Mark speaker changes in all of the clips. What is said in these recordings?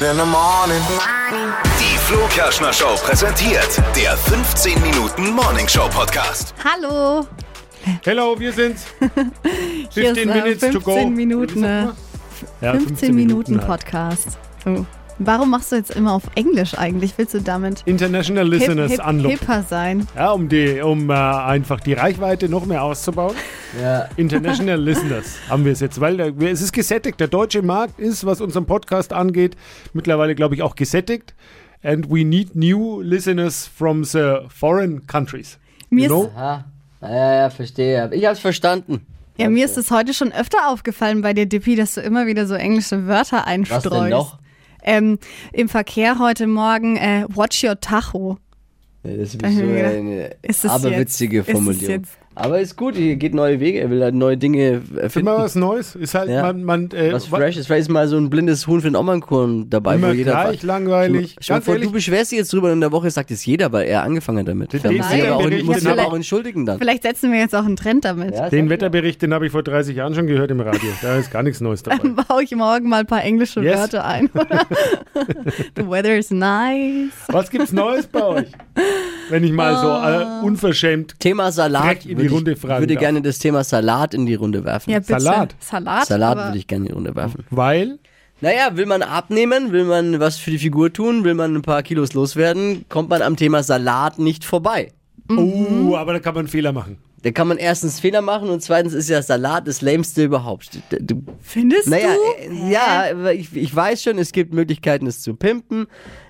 Speaker 1: in the morning.
Speaker 2: Die Flo Kerschner Show präsentiert der 15 Minuten Morning Show Podcast.
Speaker 3: Hallo,
Speaker 4: Hello, wir sind
Speaker 3: hier
Speaker 4: 15
Speaker 3: ist, äh,
Speaker 4: Minutes to go.
Speaker 3: Minuten, ne?
Speaker 4: Ja,
Speaker 3: 15, Minuten
Speaker 4: halt.
Speaker 3: Podcast.
Speaker 5: Oh.
Speaker 3: So. Warum machst du jetzt immer auf Englisch eigentlich? Willst du damit
Speaker 4: International
Speaker 3: hip,
Speaker 4: Listeners
Speaker 3: hip,
Speaker 4: Unlock.
Speaker 3: hipper sein?
Speaker 4: Ja, um die, um äh, einfach die Reichweite noch mehr auszubauen.
Speaker 5: Ja,
Speaker 4: International Listeners haben wir es jetzt, weil der, wir- es ist gesättigt. Der deutsche Markt ist, was unseren Podcast angeht, mittlerweile, glaube ich, auch gesättigt. And we need new listeners from the foreign countries.
Speaker 3: Mir,
Speaker 4: You
Speaker 3: ist,
Speaker 4: know?
Speaker 5: aha. Ja, ja, verstehe. Ich hab's verstanden.
Speaker 3: ja, mir ist es heute schon öfter aufgefallen bei dir, Dippi, dass du immer wieder so englische Wörter
Speaker 5: Was
Speaker 3: einstreust.
Speaker 5: denn noch?
Speaker 3: Ähm, Im Verkehr heute Morgen, äh, watch your Tacho.
Speaker 5: Ja, Das ist
Speaker 3: hab ich
Speaker 5: so
Speaker 3: mir gedacht,
Speaker 5: eine
Speaker 3: ist es
Speaker 5: aberwitzige
Speaker 3: jetzt? Ist es
Speaker 5: Formulierung.
Speaker 3: jetzt?
Speaker 5: Aber ist gut, hier geht neue Wege, er will halt neue Dinge äh, finden.
Speaker 4: Immer was Neues. Ist halt,
Speaker 5: Ja.
Speaker 4: man, man, äh,
Speaker 5: was fresh ist. Vielleicht ist mal so ein blindes Huhn für den Ommernkorn dabei.
Speaker 4: Immer
Speaker 5: wo jeder
Speaker 4: gleich langweilig.
Speaker 5: Stell dir
Speaker 4: Ganz
Speaker 5: vor,
Speaker 4: ehrlich-
Speaker 5: du beschwerst dich jetzt drüber und in der Woche sagt es jeder, weil er angefangen hat damit.
Speaker 4: Den-
Speaker 5: Da
Speaker 4: den
Speaker 5: muss ich aber auch,
Speaker 4: Wetterbericht,
Speaker 5: muss ich
Speaker 3: den
Speaker 5: aber
Speaker 3: hab-
Speaker 5: auch entschuldigen dann.
Speaker 3: Vielleicht setzen wir jetzt auch einen Trend damit.
Speaker 5: Ja,
Speaker 4: genau- den
Speaker 5: sag ich
Speaker 4: Wetterbericht, den habe ich vor 30 Jahren schon gehört im Radio. Da ist gar nichts Neues dabei.
Speaker 3: Dann baue ich morgen mal ein paar englische
Speaker 4: Yes.
Speaker 3: Wörter ein, oder? The weather is nice.
Speaker 4: Was gibt's Neues bei euch? Wenn ich mal
Speaker 3: Ah.
Speaker 4: so äh, unverschämt.
Speaker 5: Thema Salat
Speaker 4: Direkt in die
Speaker 5: würde ich-
Speaker 4: Runde fragen
Speaker 5: würde
Speaker 4: darf.
Speaker 5: gerne das Thema Salat in die Runde werfen.
Speaker 3: Ja, bitte.
Speaker 4: Salat.
Speaker 3: Salat,
Speaker 5: Salat
Speaker 3: aber-
Speaker 5: würde ich gerne in die Runde werfen.
Speaker 4: Weil,
Speaker 5: Naja, will man abnehmen, will man was für die Figur tun, will man ein paar Kilos loswerden, kommt man am Thema Salat nicht vorbei.
Speaker 3: Mhm.
Speaker 4: oh, aber da kann man einen Fehler machen.
Speaker 5: Da kann man erstens Fehler machen und zweitens ist ja Salat das lämste überhaupt. D- d-
Speaker 3: Findest
Speaker 5: naja,
Speaker 3: du?
Speaker 5: äh, ja, ich, ich weiß schon, es gibt Möglichkeiten, es zu pimpen.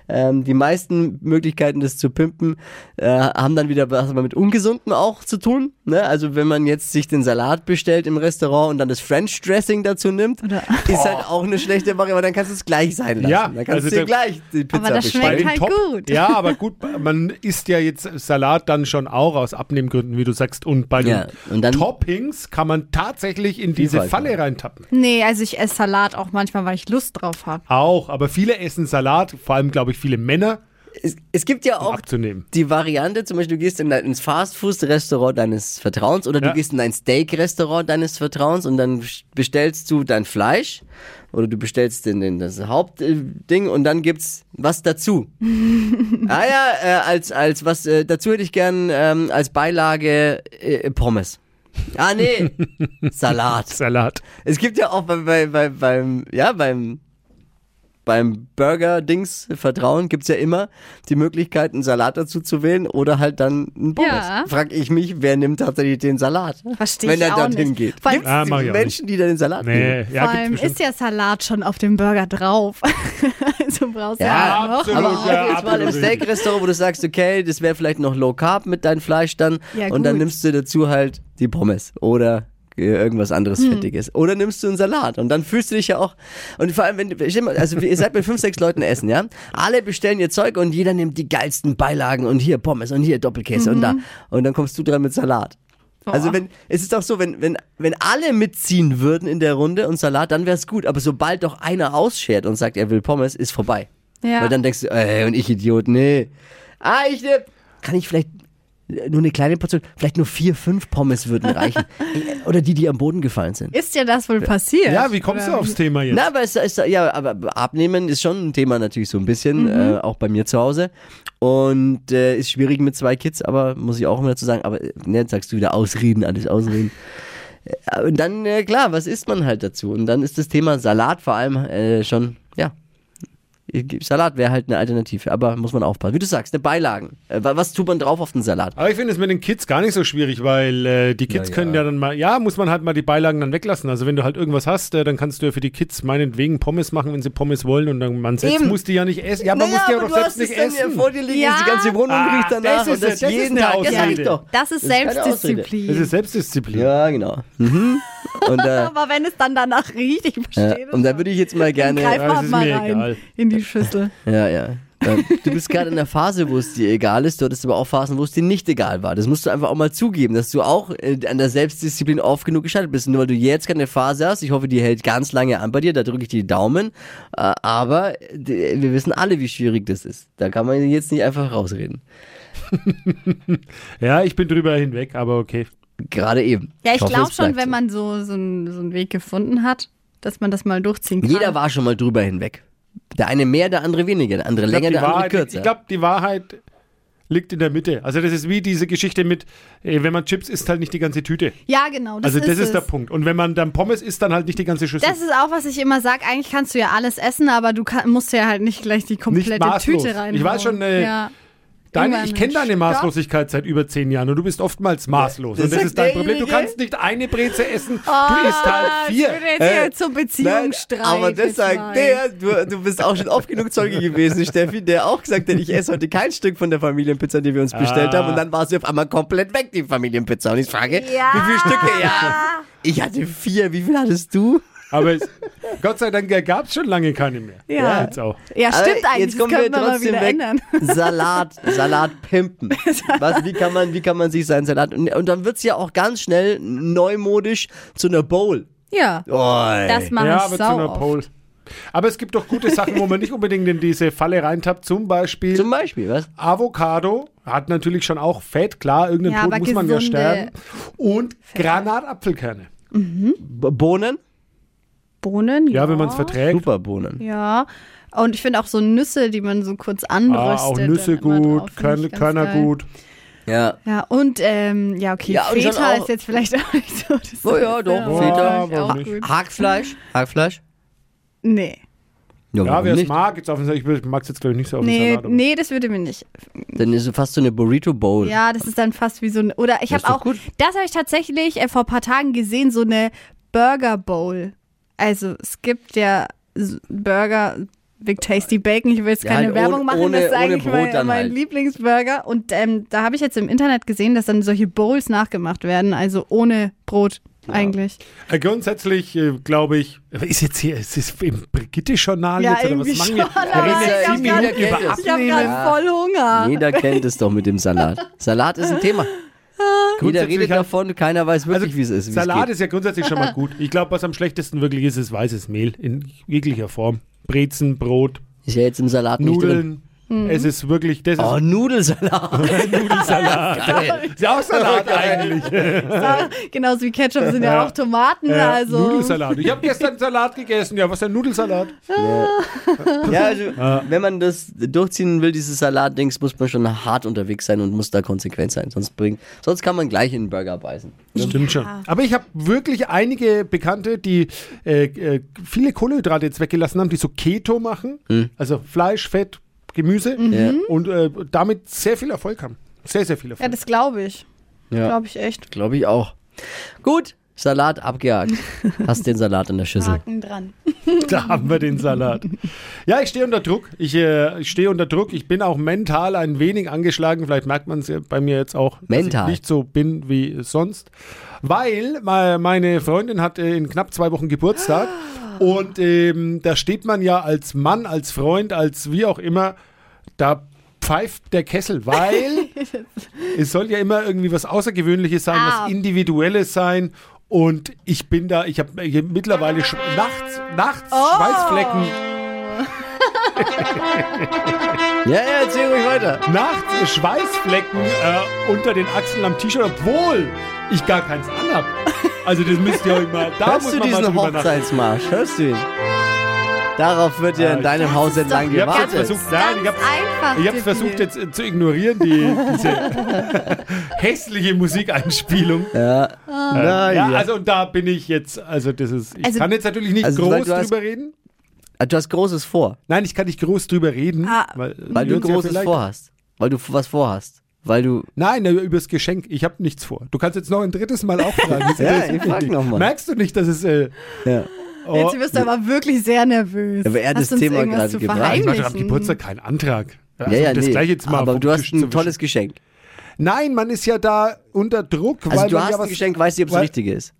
Speaker 5: Ähm, die meisten Möglichkeiten, das zu pimpen, äh, haben dann wieder was mit Ungesunden auch zu tun. Ne? Also wenn man jetzt sich den Salat bestellt im Restaurant und dann das French Dressing dazu nimmt,
Speaker 3: Oder-
Speaker 5: ist halt auch eine schlechte Variante, aber dann kannst du es gleich sein lassen.
Speaker 4: Oh. Ja,
Speaker 5: dann kannst
Speaker 4: also
Speaker 5: du dir
Speaker 4: der-
Speaker 5: gleich die Pizza
Speaker 3: das
Speaker 5: bestellen.
Speaker 3: schmeckt
Speaker 4: Bei den
Speaker 3: halt
Speaker 4: Top-
Speaker 3: gut.
Speaker 4: Ja, aber gut, man isst ja jetzt Salat dann schon auch aus Abnehmgründen, wie du sagst. Und bei den
Speaker 5: Ja, und dann-
Speaker 4: Toppings kann man tatsächlich in diese
Speaker 5: Vielfalt,
Speaker 4: Falle
Speaker 5: ja.
Speaker 4: reintappen.
Speaker 3: Nee, also ich esse Salat auch manchmal, weil ich Lust drauf habe.
Speaker 4: Auch, aber viele essen Salat, vor allem, glaube ich, viele Männer,
Speaker 5: es, es gibt
Speaker 3: Oh.
Speaker 5: ja
Speaker 4: um
Speaker 5: auch
Speaker 4: abzunehmen.
Speaker 5: die Variante, zum Beispiel, du gehst in dein, ins Fastfood-Restaurant deines Vertrauens oder
Speaker 4: Ja.
Speaker 5: du gehst in ein Steak-Restaurant deines Vertrauens und dann bestellst du dein Fleisch oder du bestellst den, den, das Hauptding und dann gibt's was dazu. ah ja, äh, als, als was, äh, dazu hätte ich gern ähm, als Beilage äh, Pommes. Ah nee, Salat.
Speaker 4: Salat.
Speaker 5: Es gibt ja auch bei, bei, bei, beim, ja, beim, beim Burger-Dings Vertrauen gibt's ja immer die Möglichkeit, einen Salat dazu zu wählen oder halt dann einen Pommes.
Speaker 3: Ja.
Speaker 5: Frag ich mich, wer nimmt tatsächlich den Salat?
Speaker 3: Versteh
Speaker 5: Wenn
Speaker 3: ich
Speaker 5: er
Speaker 3: auch
Speaker 5: dorthin
Speaker 3: nicht.
Speaker 5: geht.
Speaker 3: Vor allem-
Speaker 5: Gibt's
Speaker 4: Ah, mach ich auch
Speaker 5: Menschen, die dann den Salat
Speaker 4: Nee,
Speaker 5: nehmen?
Speaker 3: Vor
Speaker 4: ja, gibt's
Speaker 3: allem
Speaker 4: bestimmt.
Speaker 3: ist ja Salat schon auf dem Burger drauf. also brauchst du
Speaker 5: Ja,
Speaker 3: ja noch.
Speaker 4: absolut.
Speaker 5: Aber
Speaker 4: Ja,
Speaker 5: auch jetzt mal im
Speaker 4: absolut.
Speaker 5: Steak-Restaurant, wo du sagst, okay, das wäre vielleicht noch Low Carb mit deinem Fleisch dann.
Speaker 3: Ja,
Speaker 5: und dann
Speaker 3: gut.
Speaker 5: nimmst du dazu halt die Pommes oder äh, irgendwas anderes Fettiges. Oder nimmst du einen Salat. Und dann fühlst du dich ja auch. Und vor allem, wenn du- stell mal, also ihr seid mit fünf, sechs Leuten essen, ja? Alle bestellen ihr Zeug und jeder nimmt die geilsten Beilagen und hier Pommes und hier Doppelkäse und da. Und dann kommst du dran mit Salat. Also wenn, es ist doch so, wenn, wenn, wenn alle mitziehen würden in der Runde und Salat, dann wär's gut. Aber sobald doch einer ausschert und sagt, er will Pommes, ist vorbei.
Speaker 3: Ja.
Speaker 5: Weil dann denkst du, ey, und ich Idiot, nee. Ah, ich nehm, kann ich vielleicht äh, nur eine kleine Portion, vielleicht nur vier, fünf Pommes würden reichen. Oder die, die am Boden gefallen sind.
Speaker 3: Ist dir das wohl passiert?
Speaker 4: Ja, wie kommst du
Speaker 3: Oder
Speaker 4: aufs Thema jetzt?
Speaker 5: Na, aber, es, es, ja, aber abnehmen ist schon ein Thema natürlich so ein bisschen,
Speaker 4: Mhm.
Speaker 5: äh, auch bei mir zu Hause. Und äh, ist schwierig mit zwei Kids, aber muss ich auch immer dazu sagen, aber äh, ne, jetzt sagst du wieder Ausreden, alles Ausreden. Äh, Und dann, äh, klar, was isst man halt dazu? Und dann ist das Thema Salat vor allem äh, schon, ja. Salat wäre halt eine Alternative, aber muss man aufpassen. Wie du sagst, eine Beilagen. Äh, wa- was tut man drauf auf den Salat?
Speaker 4: Aber ich finde es mit den Kids gar nicht so schwierig, weil äh, die Kids
Speaker 5: Ja, ja.
Speaker 4: können ja dann mal, ja, muss man halt mal die Beilagen dann weglassen. Also wenn du halt irgendwas hast, äh, dann kannst du ja für die Kids meinetwegen Pommes machen, wenn sie Pommes wollen und dann man selbst
Speaker 5: Eben.
Speaker 4: muss die ja nicht essen. Ja, man
Speaker 5: Naja,
Speaker 4: muss die ja
Speaker 5: aber
Speaker 4: doch
Speaker 5: du hast
Speaker 4: selbst nicht
Speaker 5: es dann hier
Speaker 4: essen.
Speaker 5: Vor dir liegen
Speaker 3: Ja.
Speaker 5: ist die ganze Wohnung
Speaker 4: Ah,
Speaker 5: riecht danach
Speaker 4: das ist
Speaker 5: und das,
Speaker 4: es, das ist
Speaker 5: jeden
Speaker 4: eine
Speaker 5: Tag. Das sag ich
Speaker 4: Ausrede.
Speaker 5: doch.
Speaker 3: Das ist
Speaker 5: keine Ausrede.
Speaker 3: Selbstdisziplin.
Speaker 4: Das ist Selbstdisziplin.
Speaker 5: Ja, genau. Mhm. Und, äh,
Speaker 3: Aber wenn es dann danach riecht, ich verstehe
Speaker 5: ja,
Speaker 3: das.
Speaker 5: und da würde ich jetzt mal
Speaker 3: schon. Greif
Speaker 5: gerne.
Speaker 4: Ja, das
Speaker 3: mal,
Speaker 4: ist
Speaker 3: mal
Speaker 4: mir
Speaker 3: rein
Speaker 4: egal.
Speaker 3: in die Schüssel.
Speaker 5: Ja, ja. Äh, Du bist gerade in der Phase, wo es dir egal ist. Du hattest aber auch Phasen, wo es dir nicht egal war. Das musst du einfach auch mal zugeben, dass du auch äh, an der Selbstdisziplin oft genug gescheitert bist. Nur weil du jetzt gerade eine Phase hast, ich hoffe, die hält ganz lange an bei dir, da drücke ich die Daumen. Äh, Aber äh, die- wir wissen alle, wie schwierig das ist. Da kann man jetzt nicht einfach rausreden.
Speaker 4: Ja, ich bin drüber hinweg, aber okay.
Speaker 5: Gerade eben.
Speaker 3: Ja, ich
Speaker 5: hoffe,
Speaker 3: glaube
Speaker 5: es
Speaker 3: schon,
Speaker 5: bleibt
Speaker 3: wenn
Speaker 5: so.
Speaker 3: man so, so, einen, so einen Weg gefunden hat, dass man das mal durchziehen kann.
Speaker 5: Jeder war schon mal drüber hinweg. Der eine mehr, der andere weniger, der andere
Speaker 4: Ich glaub,
Speaker 5: länger,
Speaker 4: die
Speaker 5: der andere
Speaker 4: Wahrheit-
Speaker 5: kürzer.
Speaker 4: Ich glaube, die Wahrheit liegt in der Mitte. Also das ist wie diese Geschichte mit, äh, wenn man Chips isst, halt nicht die ganze Tüte.
Speaker 3: Ja, genau. Das
Speaker 4: also das ist,
Speaker 3: es.
Speaker 4: der Punkt. Und wenn man dann Pommes isst, dann halt nicht die ganze Schüssel.
Speaker 3: Das ist auch, was ich immer sage. Eigentlich kannst du ja alles essen, aber du kann, musst ja halt nicht gleich die komplette
Speaker 4: maßlos.
Speaker 3: Tüte rein.
Speaker 4: Ich weiß schon, äh,
Speaker 3: ja.
Speaker 4: deine,
Speaker 3: irgendwann
Speaker 4: ich kenne deine
Speaker 3: stopp.
Speaker 4: Maßlosigkeit seit über zehn Jahren und du bist oftmals maßlos.
Speaker 5: Das
Speaker 4: und
Speaker 3: Äh,
Speaker 4: das
Speaker 5: sagt
Speaker 4: ist dein
Speaker 5: der
Speaker 4: Problem. Du
Speaker 5: Jüngere.
Speaker 4: kannst nicht eine Breze essen,
Speaker 3: Oh,
Speaker 4: du isst halt
Speaker 3: Ich würde
Speaker 4: vier.
Speaker 3: jetzt
Speaker 5: Äh,
Speaker 3: hier zum Beziehungsstreit.
Speaker 5: aber das
Speaker 3: jetzt mal.
Speaker 5: sagt der, du, du bist auch schon oft genug Zeuge gewesen, Steffi, der auch gesagt hat, ich esse heute kein Stück von der Familienpizza, die wir uns bestellt
Speaker 4: Ah.
Speaker 5: haben. Und dann war sie auf einmal komplett weg, die Familienpizza. Und ich frage,
Speaker 3: Ja.
Speaker 5: wie viele Stücke? Ja. Ich hatte vier, wie viel hattest du?
Speaker 4: Aber es, Gott sei Dank gab es schon lange keine mehr.
Speaker 3: Ja.
Speaker 4: Jetzt auch.
Speaker 3: Ja,
Speaker 5: Aber
Speaker 3: stimmt eigentlich.
Speaker 5: Jetzt kommen
Speaker 3: das
Speaker 5: wir
Speaker 3: können wir mal
Speaker 5: trotzdem
Speaker 3: wieder
Speaker 5: weg.
Speaker 3: ändern.
Speaker 5: Salat, Salat pimpen. Was, wie, kann man, wie kann man sich seinen Salat. Und, und dann wird es ja auch ganz schnell neumodisch zu einer Bowl.
Speaker 3: Ja,
Speaker 5: Oi.
Speaker 3: das mache
Speaker 4: ja,
Speaker 3: ich
Speaker 4: aber zu
Speaker 3: sau
Speaker 4: einer
Speaker 3: oft.
Speaker 4: Pole. Aber es gibt doch gute Sachen, wo man nicht unbedingt in diese Falle reintappt. Zum Beispiel
Speaker 5: Zum Beispiel, was?
Speaker 4: Avocado hat natürlich schon auch Fett, klar, irgendein
Speaker 3: Ja,
Speaker 4: Tod
Speaker 3: aber
Speaker 4: muss man ja
Speaker 3: gesunde
Speaker 4: sterben. Und Granatapfelkerne.
Speaker 5: B Bohnen?
Speaker 3: Bohnen, ja.
Speaker 4: Ja, wenn man es verträgt.
Speaker 5: Super Bohnen.
Speaker 3: Ja, und ich finde auch so Nüsse, die man so kurz
Speaker 4: Ah,
Speaker 3: anröstet.
Speaker 4: auch Nüsse
Speaker 3: dann immer drauf,
Speaker 4: gut,
Speaker 3: finde ich
Speaker 4: Körn,
Speaker 3: ganz
Speaker 4: Körner
Speaker 3: geil.
Speaker 4: gut.
Speaker 5: Ja.
Speaker 3: Ja, und ähm, ja, okay,
Speaker 5: Ja, und schon
Speaker 3: Feta
Speaker 5: auch-
Speaker 3: ist jetzt vielleicht auch nicht so. Das
Speaker 5: Oh ja, doch,
Speaker 3: aber
Speaker 5: Feta.
Speaker 3: vielleicht
Speaker 4: Warum
Speaker 3: Auch
Speaker 4: nicht?
Speaker 3: gut.
Speaker 5: Hackfleisch? Hackfleisch?
Speaker 3: Nee,
Speaker 4: Ja,
Speaker 5: warum
Speaker 4: wer es
Speaker 5: Also nicht?
Speaker 4: mag, jetzt auf den Salat. Ich mag es jetzt, glaube ich, nicht so auf den
Speaker 3: nee,
Speaker 4: Salat. aber-
Speaker 3: nee, das würde mir nicht.
Speaker 5: Dann ist es fast so eine Burrito Bowl.
Speaker 3: Ja, das ist dann fast wie so ein. Oder ich
Speaker 5: Das ist
Speaker 3: habe
Speaker 5: doch
Speaker 3: auch.
Speaker 5: gut.
Speaker 3: Das habe ich tatsächlich äh, vor ein paar Tagen gesehen, so eine Burger Bowl. Also es gibt ja s- Burger. Big Tasty Bacon, ich will jetzt
Speaker 5: Ja,
Speaker 3: keine
Speaker 5: halt
Speaker 3: Werbung
Speaker 5: ohne-
Speaker 3: machen,
Speaker 5: ohne-
Speaker 3: das ist
Speaker 5: ohne
Speaker 3: eigentlich
Speaker 5: Brot
Speaker 3: mein,
Speaker 5: dann
Speaker 3: mein
Speaker 5: halt.
Speaker 3: Lieblingsburger. Und ähm, da habe ich jetzt im Internet gesehen, dass dann solche Bowls nachgemacht werden, also ohne Brot eigentlich.
Speaker 4: Äh, Grundsätzlich äh, glaube ich, ist jetzt hier, ist es im Brigitte-Journal
Speaker 3: Ja,
Speaker 4: jetzt oder was
Speaker 3: irgendwie
Speaker 4: machen wir?
Speaker 3: schon,
Speaker 4: Wir
Speaker 3: aber
Speaker 4: reden
Speaker 5: ich hab
Speaker 4: jetzt sieben
Speaker 5: grad-
Speaker 4: Minuten über
Speaker 3: Ich habe gerade
Speaker 4: Abnehmen.
Speaker 3: voll Hunger.
Speaker 5: Jeder kennt es doch mit dem Salat. Salat ist ein Thema. Jeder
Speaker 4: Grundsätzlich
Speaker 5: redet
Speaker 4: hat- Also,
Speaker 5: davon, keiner weiß wirklich, wie es ist. wie es
Speaker 4: Salat
Speaker 5: geht.
Speaker 4: ist ja grundsätzlich schon mal gut. Ich glaube, was am schlechtesten wirklich ist, ist weißes Mehl in jeglicher Form. Brezen, Brot,
Speaker 5: Ist ja jetzt im Salat nicht
Speaker 4: Nudeln.
Speaker 3: Mhm.
Speaker 4: Es ist wirklich, das
Speaker 5: drin. Oh,
Speaker 4: ist
Speaker 5: Nudelsalat.
Speaker 4: Nudelsalat. ist ja auch Salat eigentlich.
Speaker 3: Ja, Genauso wie Ketchup sind ja,
Speaker 4: Ja.
Speaker 3: auch Tomaten.
Speaker 4: Ja,
Speaker 3: also.
Speaker 4: Nudelsalat. Ich habe gestern Salat gegessen. Ja, was ist ein Nudelsalat?
Speaker 5: ja, also, wenn man das durchziehen will, dieses Salat-Dings, muss man schon hart unterwegs sein und muss da konsequent sein. Sonst, bringt, sonst kann man gleich in den Burger beißen.
Speaker 4: Stimmt schon. Aber ich habe wirklich einige Bekannte, die äh, äh, viele Kohlenhydrate jetzt weggelassen haben, die so Keto machen. Also Fleisch, Fett, Gemüse.
Speaker 3: Mhm.
Speaker 5: Ja.
Speaker 4: Und äh, damit sehr viel Erfolg haben. Sehr, sehr viel
Speaker 3: Ja,
Speaker 4: Erfolg.
Speaker 3: das glaube ich.
Speaker 5: Ja.
Speaker 3: Glaube ich echt.
Speaker 5: Glaube ich auch. Gut, Salat abgehakt. Hast den Salat in der Schüssel.
Speaker 3: Haken dran.
Speaker 4: Da haben wir den Salat. Ja, ich stehe unter Druck. Ich, äh, ich stehe unter Druck. Ich bin auch mental ein wenig angeschlagen. Vielleicht merkt man es ja bei mir jetzt auch, dass
Speaker 5: Mental.
Speaker 4: ich nicht so bin wie sonst. Weil me- meine Freundin hat äh, in knapp zwei Wochen Geburtstag. Und ähm, da steht man ja als Mann, als Freund, als wie auch immer, da pfeift der Kessel, weil es soll ja immer irgendwie was Außergewöhnliches sein,
Speaker 3: Ah.
Speaker 4: was Individuelles sein. Und ich bin da, ich habe mittlerweile sch- nachts, nachts
Speaker 3: Oh.
Speaker 4: Schweißflecken,
Speaker 5: Ja, ja, erzähl ruhig weiter.
Speaker 4: nachts Schweißflecken äh, unter den Achseln am T-Shirt, obwohl ich gar keins anhab. Also das müsst ihr euch mal, da
Speaker 5: Hörst
Speaker 4: muss
Speaker 5: du
Speaker 4: man mal
Speaker 5: diesen
Speaker 4: drüber nachdenken.
Speaker 5: Hochzeitsmarsch? Hörst du ihn? Darauf wird ja
Speaker 4: Ah,
Speaker 5: in deinem Haus entlang
Speaker 4: Ich hab's jetzt
Speaker 5: gewartet.
Speaker 4: versucht, nein, ich
Speaker 3: Ganz
Speaker 4: hab's,
Speaker 3: einfach.
Speaker 4: ich hab's
Speaker 3: Tipp
Speaker 4: versucht
Speaker 3: hier.
Speaker 4: jetzt äh, zu ignorieren, die, diese hässliche Musikeinspielung.
Speaker 5: Ja. Nein.
Speaker 4: Äh, Ja,
Speaker 5: Ah, Ja,
Speaker 4: also und da bin ich jetzt, also das ist, ich
Speaker 3: Also-
Speaker 4: kann jetzt natürlich nicht
Speaker 5: Also, weil
Speaker 4: groß
Speaker 5: du hast-
Speaker 4: drüber reden.
Speaker 5: also, du hast Großes vor,
Speaker 4: Nein, ich kann nicht groß drüber reden.
Speaker 3: Ah.
Speaker 4: weil
Speaker 5: weil du
Speaker 4: wir uns ja
Speaker 5: Großes
Speaker 4: vielleicht-
Speaker 5: vorhast. Weil du f- was vorhast. Weil du.
Speaker 4: Nein, über das Geschenk. Ich habe nichts vor. Du kannst jetzt noch ein drittes Mal auch fragen. Das
Speaker 5: Ja,
Speaker 4: interessiert
Speaker 5: ich
Speaker 4: mich
Speaker 5: frag
Speaker 4: nicht.
Speaker 5: noch mal.
Speaker 4: Merkst du nicht, dass es. Äh,
Speaker 5: Ja.
Speaker 4: oh,
Speaker 3: Jetzt wirst du aber wirklich sehr nervös.
Speaker 5: Aber er hat
Speaker 3: Hast
Speaker 5: das
Speaker 3: du uns
Speaker 5: Thema
Speaker 3: irgendwas
Speaker 5: gerade
Speaker 3: zu
Speaker 5: gebracht.
Speaker 4: ich mache am
Speaker 3: verheimlichen?
Speaker 4: Geburtstag keinen Antrag. Also,
Speaker 5: Ja, ja,
Speaker 4: das
Speaker 5: nee.
Speaker 4: gleich jetzt mal
Speaker 5: Aber
Speaker 4: vom
Speaker 5: du hast
Speaker 4: Tisch zu
Speaker 5: ein tolles Geschenk.
Speaker 4: wischen. Nein, man ist ja da unter Druck,
Speaker 5: Also
Speaker 4: weil
Speaker 5: du
Speaker 4: man
Speaker 5: hast
Speaker 4: ja was.
Speaker 5: ein Geschenk, weißt du, ob es
Speaker 4: weil-
Speaker 5: richtige ist.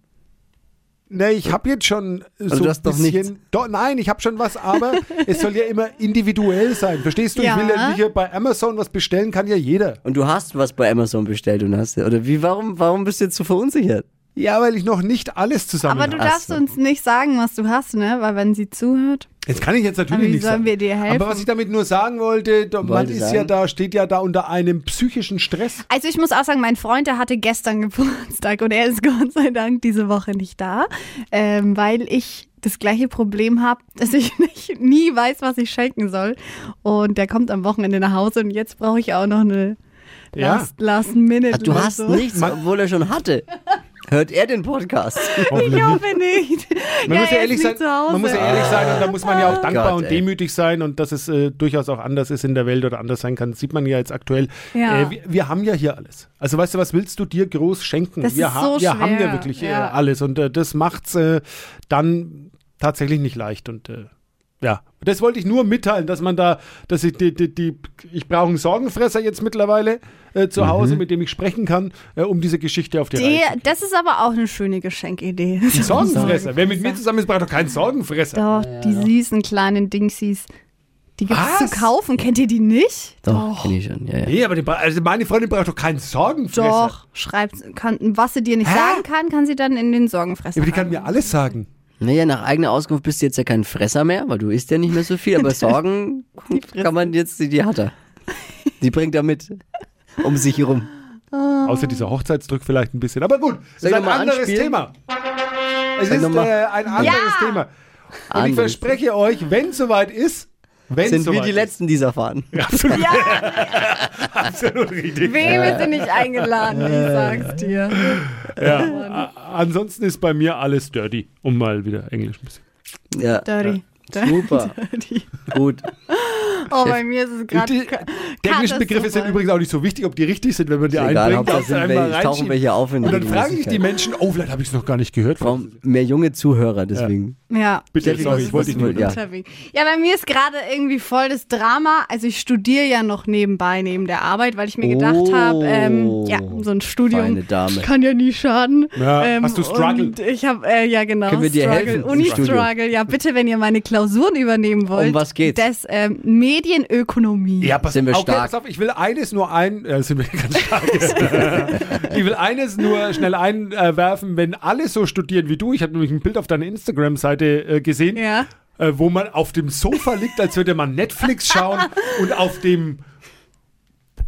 Speaker 4: Nee, ich habe jetzt schon äh, so
Speaker 5: Also du hast
Speaker 4: ein
Speaker 5: noch nichts.
Speaker 4: bisschen. Doch, nein, ich habe schon was, aber es soll ja immer individuell sein. Verstehst du?
Speaker 3: Ja.
Speaker 4: Ich will ja nicht hier bei Amazon was bestellen, kann ja jeder.
Speaker 5: Und du hast was bei Amazon bestellt und hast. Oder wie, warum, warum bist du jetzt so verunsichert?
Speaker 4: Ja, weil ich noch nicht alles zusammen
Speaker 3: Aber du
Speaker 4: habe.
Speaker 3: darfst
Speaker 5: so.
Speaker 3: uns nicht sagen, was du hast, ne? Weil wenn sie zuhört.
Speaker 4: Jetzt kann ich jetzt natürlich
Speaker 3: Aber wie
Speaker 4: nicht
Speaker 3: sollen
Speaker 4: sagen.
Speaker 3: wir dir helfen?
Speaker 4: Aber was ich damit nur sagen wollte, da- man
Speaker 5: Wollte
Speaker 4: ist
Speaker 5: sagen.
Speaker 4: ja da, steht ja da unter einem psychischen Stress.
Speaker 3: Also ich muss auch sagen, mein Freund, der hatte gestern Geburtstag und er ist Gott sei Dank diese Woche nicht da, ähm, weil ich das gleiche Problem habe, dass ich nicht, nie weiß, was ich schenken soll. Und der kommt am Wochenende nach Hause und jetzt brauche ich auch noch eine
Speaker 4: Ja.
Speaker 3: Last, last Minute.
Speaker 5: Du
Speaker 3: oder
Speaker 5: hast
Speaker 3: so.
Speaker 5: nichts,
Speaker 4: Man-
Speaker 5: obwohl er schon hatte. Hört er den Podcast?
Speaker 4: Hoffentlich.
Speaker 3: Ich hoffe nicht.
Speaker 4: Man,
Speaker 3: ja,
Speaker 4: muss ja
Speaker 3: er
Speaker 4: ehrlich
Speaker 3: ist
Speaker 4: sein,
Speaker 3: nicht zu Hause. Ah.
Speaker 4: man muss ja ehrlich sein und da muss man ja auch dankbar
Speaker 5: Gott,
Speaker 4: und
Speaker 5: ey.
Speaker 4: demütig sein und dass es äh, durchaus auch anders ist in der Welt oder anders sein kann, das sieht man ja jetzt aktuell.
Speaker 3: Ja.
Speaker 4: Äh, wir, wir haben ja hier alles. Also weißt du, was willst du dir groß schenken?
Speaker 3: Das
Speaker 4: wir
Speaker 3: ist
Speaker 4: ha-
Speaker 3: so
Speaker 4: wir haben ja
Speaker 3: schwer,
Speaker 4: wirklich
Speaker 3: ja.
Speaker 4: Äh, alles und äh, das macht's äh, dann tatsächlich nicht leicht und äh, ja, das wollte ich nur mitteilen, dass man da, dass ich die, die, die ich brauche einen Sorgenfresser jetzt mittlerweile äh,
Speaker 5: Mhm.
Speaker 4: zu Hause, mit dem ich sprechen kann, äh, um diese Geschichte auf die Reihe zu
Speaker 3: Der, das ist aber auch eine schöne Geschenkidee.
Speaker 4: kriegen. Sorgenfresser. Wer mit mir zusammen ist, braucht doch keinen Sorgenfresser.
Speaker 3: Doch, die süßen kleinen Dingsies. Die gibt's
Speaker 4: Was?
Speaker 3: zu kaufen. Kennt ihr die nicht?
Speaker 5: Doch, kenn ich schon. Ja, ja.
Speaker 4: Nee, aber die, bra- also meine Freundin braucht doch keinen Sorgenfresser.
Speaker 3: Doch, schreibt, kann, was sie dir nicht
Speaker 4: Hä?
Speaker 3: sagen kann, kann sie dann in den
Speaker 4: Ja,
Speaker 3: Sorgenfresser.
Speaker 4: aber die kann
Speaker 3: rein.
Speaker 4: mir alles sagen.
Speaker 5: Naja, nach eigener Auskunft bist du jetzt ja kein Fresser mehr, weil du isst ja nicht mehr so viel, aber Sorgen kann man jetzt, die, die hat er. Die bringt er mit. Um sich herum.
Speaker 4: Außer dieser Hochzeitsdrück vielleicht ein bisschen. Aber gut, das ist
Speaker 5: Soll ich
Speaker 4: ein
Speaker 5: noch mal
Speaker 4: anderes
Speaker 5: anspielen?
Speaker 4: Thema. Es
Speaker 5: Soll ich
Speaker 4: ist
Speaker 5: noch
Speaker 4: äh,
Speaker 5: mal-
Speaker 4: ein anderes
Speaker 3: Ja!
Speaker 4: Thema. Und ich
Speaker 5: Anderes.
Speaker 4: verspreche euch, wenn es soweit ist, wenn
Speaker 5: Sind wir
Speaker 4: soweit
Speaker 5: die
Speaker 4: ist.
Speaker 5: Letzten, die es erfahren.
Speaker 4: Ja, absolut,
Speaker 3: Ja,
Speaker 4: absolut richtig.
Speaker 3: wem ist sie nicht eingeladen? Ich sag's dir.
Speaker 4: Ja. A- Ansonsten ist bei mir alles dirty, um mal wieder Englisch ein bisschen.
Speaker 5: Ja.
Speaker 3: Dirty.
Speaker 5: Super.
Speaker 3: Dirty.
Speaker 5: Gut.
Speaker 3: Oh, bei mir ist es gerade.
Speaker 4: Die- Die englischen Begriffe sind übrigens auch nicht so wichtig, ob die richtig sind, wenn man die
Speaker 5: Ist egal,
Speaker 4: einbringt.
Speaker 5: Hauptsache
Speaker 4: Darfst du
Speaker 5: sind
Speaker 4: einmal
Speaker 5: welche- tauchen
Speaker 4: reinschieben.
Speaker 5: welche auf in
Speaker 4: Und dann
Speaker 5: die
Speaker 4: fragen sich die
Speaker 5: Regelmäßigkeit.
Speaker 4: Menschen, oh, vielleicht habe ich es noch gar nicht gehört.
Speaker 5: Warum mehr junge Zuhörer, deswegen.
Speaker 3: Ja.
Speaker 4: Bitte,
Speaker 5: Steffi,
Speaker 4: sorry,
Speaker 5: was-
Speaker 4: ich wollte dich
Speaker 5: was-
Speaker 4: nicht
Speaker 5: ja.
Speaker 3: unterwegs. Ja, bei mir ist gerade irgendwie voll das Drama. Also ich studiere ja noch nebenbei, neben der Arbeit, weil ich mir gedacht
Speaker 5: Oh.
Speaker 3: habe, ähm, ja, so ein
Speaker 5: Feine
Speaker 3: Studium
Speaker 5: Dame.
Speaker 3: kann ja nie schaden.
Speaker 4: Ja,
Speaker 3: ähm,
Speaker 4: hast du Struggle?
Speaker 3: Und ich habe, äh, ja genau,
Speaker 5: Können wir dir helfen
Speaker 3: Struggle,
Speaker 5: im
Speaker 3: Uni-Struggle. Ja, bitte, wenn ihr meine Klausuren übernehmen wollt.
Speaker 5: was geht's?
Speaker 3: Das ähm, Medienökonomie.
Speaker 4: Ja, pass,
Speaker 5: Sind wir
Speaker 4: okay,
Speaker 5: stark.
Speaker 4: pass auf, ich will eines nur ein, äh, sind wir ganz stark. ich will eines nur schnell einwerfen, wenn alle so studieren wie du, ich habe nämlich ein Bild auf deiner Instagram-Seite äh, gesehen,
Speaker 3: Ja.
Speaker 4: äh, wo man auf dem Sofa liegt, als würde man Netflix schauen und auf dem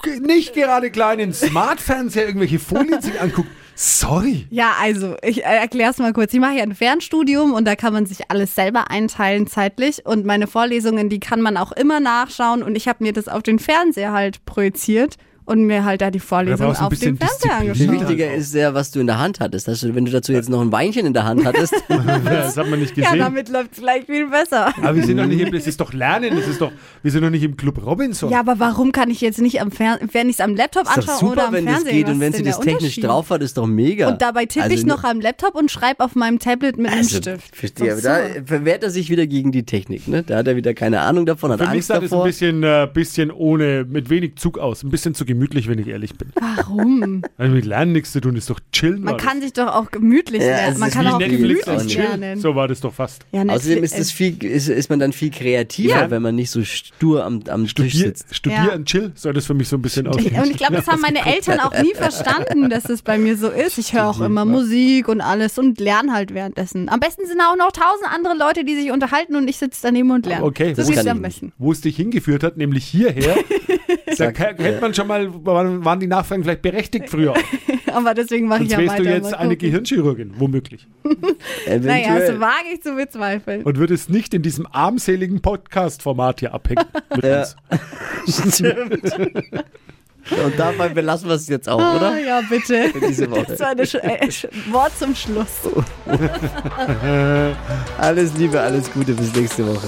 Speaker 4: g- nicht gerade kleinen Smartfernseher irgendwelche Folien sich anguckt. Sorry.
Speaker 3: Ja, also, ich äh, erkläre es mal kurz. Ich mache ja ein Fernstudium und da kann man sich alles selber einteilen zeitlich. Und meine Vorlesungen, die kann man auch immer nachschauen. Und ich habe mir das auf den Fernseher halt projiziert und mir halt da die Vorlesungen
Speaker 4: brauchst du ein
Speaker 3: auf dem
Speaker 4: bisschen
Speaker 3: Fernseher
Speaker 4: Disziplin.
Speaker 3: angeschaut.
Speaker 5: Wichtiger ist ja, was du in der Hand hattest. Dass du, wenn du dazu jetzt noch ein Weinchen in der Hand hattest,
Speaker 4: Das hat man nicht
Speaker 3: Ja,
Speaker 4: gesehen.
Speaker 3: damit läuft es vielleicht viel besser.
Speaker 4: aber wir sind noch nicht im, das ist doch Lernen, das ist doch, wir sind noch nicht im Club Robinson.
Speaker 3: Ja, aber warum kann ich jetzt nicht am Fernseher, wenn ich es am Laptop
Speaker 5: ist doch
Speaker 3: anschaue oder
Speaker 5: super,
Speaker 3: am
Speaker 5: wenn das
Speaker 3: Fernsehen?
Speaker 5: geht.
Speaker 3: Was
Speaker 5: Und wenn
Speaker 3: ist
Speaker 5: sie
Speaker 3: denn
Speaker 5: das
Speaker 3: der
Speaker 5: technisch
Speaker 3: Unterschied?
Speaker 5: drauf hat, ist doch mega.
Speaker 3: Und dabei tippe ich
Speaker 5: Also,
Speaker 3: noch am Laptop und schreibe auf meinem Tablet mit einem Stift.
Speaker 5: Verstehe, aber
Speaker 3: Doch
Speaker 5: da
Speaker 3: so.
Speaker 5: verwehrt er sich wieder gegen die Technik. Ne? Da hat er wieder keine Ahnung davon, hat
Speaker 4: Für mich
Speaker 5: Angst
Speaker 4: sah das ein
Speaker 5: davor.
Speaker 4: bisschen, äh, bisschen ohne, mit wenig Zug aus. Ein bisschen zu gemütlich, wenn ich ehrlich bin.
Speaker 3: Warum?
Speaker 4: Also mit Lernen nichts zu tun, ist doch chillen.
Speaker 3: Man
Speaker 4: war
Speaker 3: kann sich doch auch gemütlich
Speaker 5: Ja, also es
Speaker 3: lernen. Man
Speaker 5: ist
Speaker 3: kann
Speaker 5: wie
Speaker 4: das.
Speaker 3: auch
Speaker 5: Netflix
Speaker 3: gemütlich
Speaker 5: und
Speaker 4: Chill.
Speaker 3: lernen.
Speaker 4: So war das doch fast.
Speaker 3: Ja, Äh,
Speaker 5: Außerdem
Speaker 3: Netflix-
Speaker 4: äh,
Speaker 5: ist, das viel, ist, ist man dann viel kreativer,
Speaker 4: Ja.
Speaker 5: wenn man nicht so stur am, am Tisch
Speaker 4: Studier,
Speaker 5: sitzt.
Speaker 4: studier
Speaker 3: Ja.
Speaker 4: und chill soll das für mich so ein bisschen
Speaker 3: Ich-
Speaker 4: aussehen.
Speaker 3: Und ich glaube, das haben meine Eltern auch nie verstanden, dass es bei mir so ist. Ich höre auch immer Musik und alles und lerne halt währenddessen. Am besten sind auch noch tausend andere Leute, die sich unterhalten und ich sitze daneben und lerne.
Speaker 4: Okay,
Speaker 3: so
Speaker 5: das
Speaker 3: geht
Speaker 5: kann
Speaker 3: es
Speaker 5: ich
Speaker 3: am
Speaker 5: nicht.
Speaker 3: besten.
Speaker 4: Wo es dich hingeführt hat, nämlich hierher, da
Speaker 5: Zack,
Speaker 4: ke- hätte man schon mal, waren waren die Nachfragen vielleicht berechtigt früher.
Speaker 3: Aber deswegen mache ich
Speaker 4: Sonst
Speaker 3: ja
Speaker 4: wärst
Speaker 3: weiter.
Speaker 4: du jetzt
Speaker 3: Mal
Speaker 4: eine
Speaker 3: gucken.
Speaker 4: Gehirnchirurgin, womöglich.
Speaker 5: Eventuell.
Speaker 3: Naja, das wage ich zu bezweifeln.
Speaker 4: Und würdest nicht in diesem armseligen Podcast-Format hier abhängen mit
Speaker 5: Ja.
Speaker 4: uns.
Speaker 5: Stimmt. Und dabei belassen wir es jetzt auch,
Speaker 3: Ah,
Speaker 5: oder?
Speaker 3: ja, bitte.
Speaker 5: Für diese Woche.
Speaker 3: Das war ein äh, Sch- Wort zum Schluss.
Speaker 5: Alles Liebe, alles Gute, bis nächste Woche.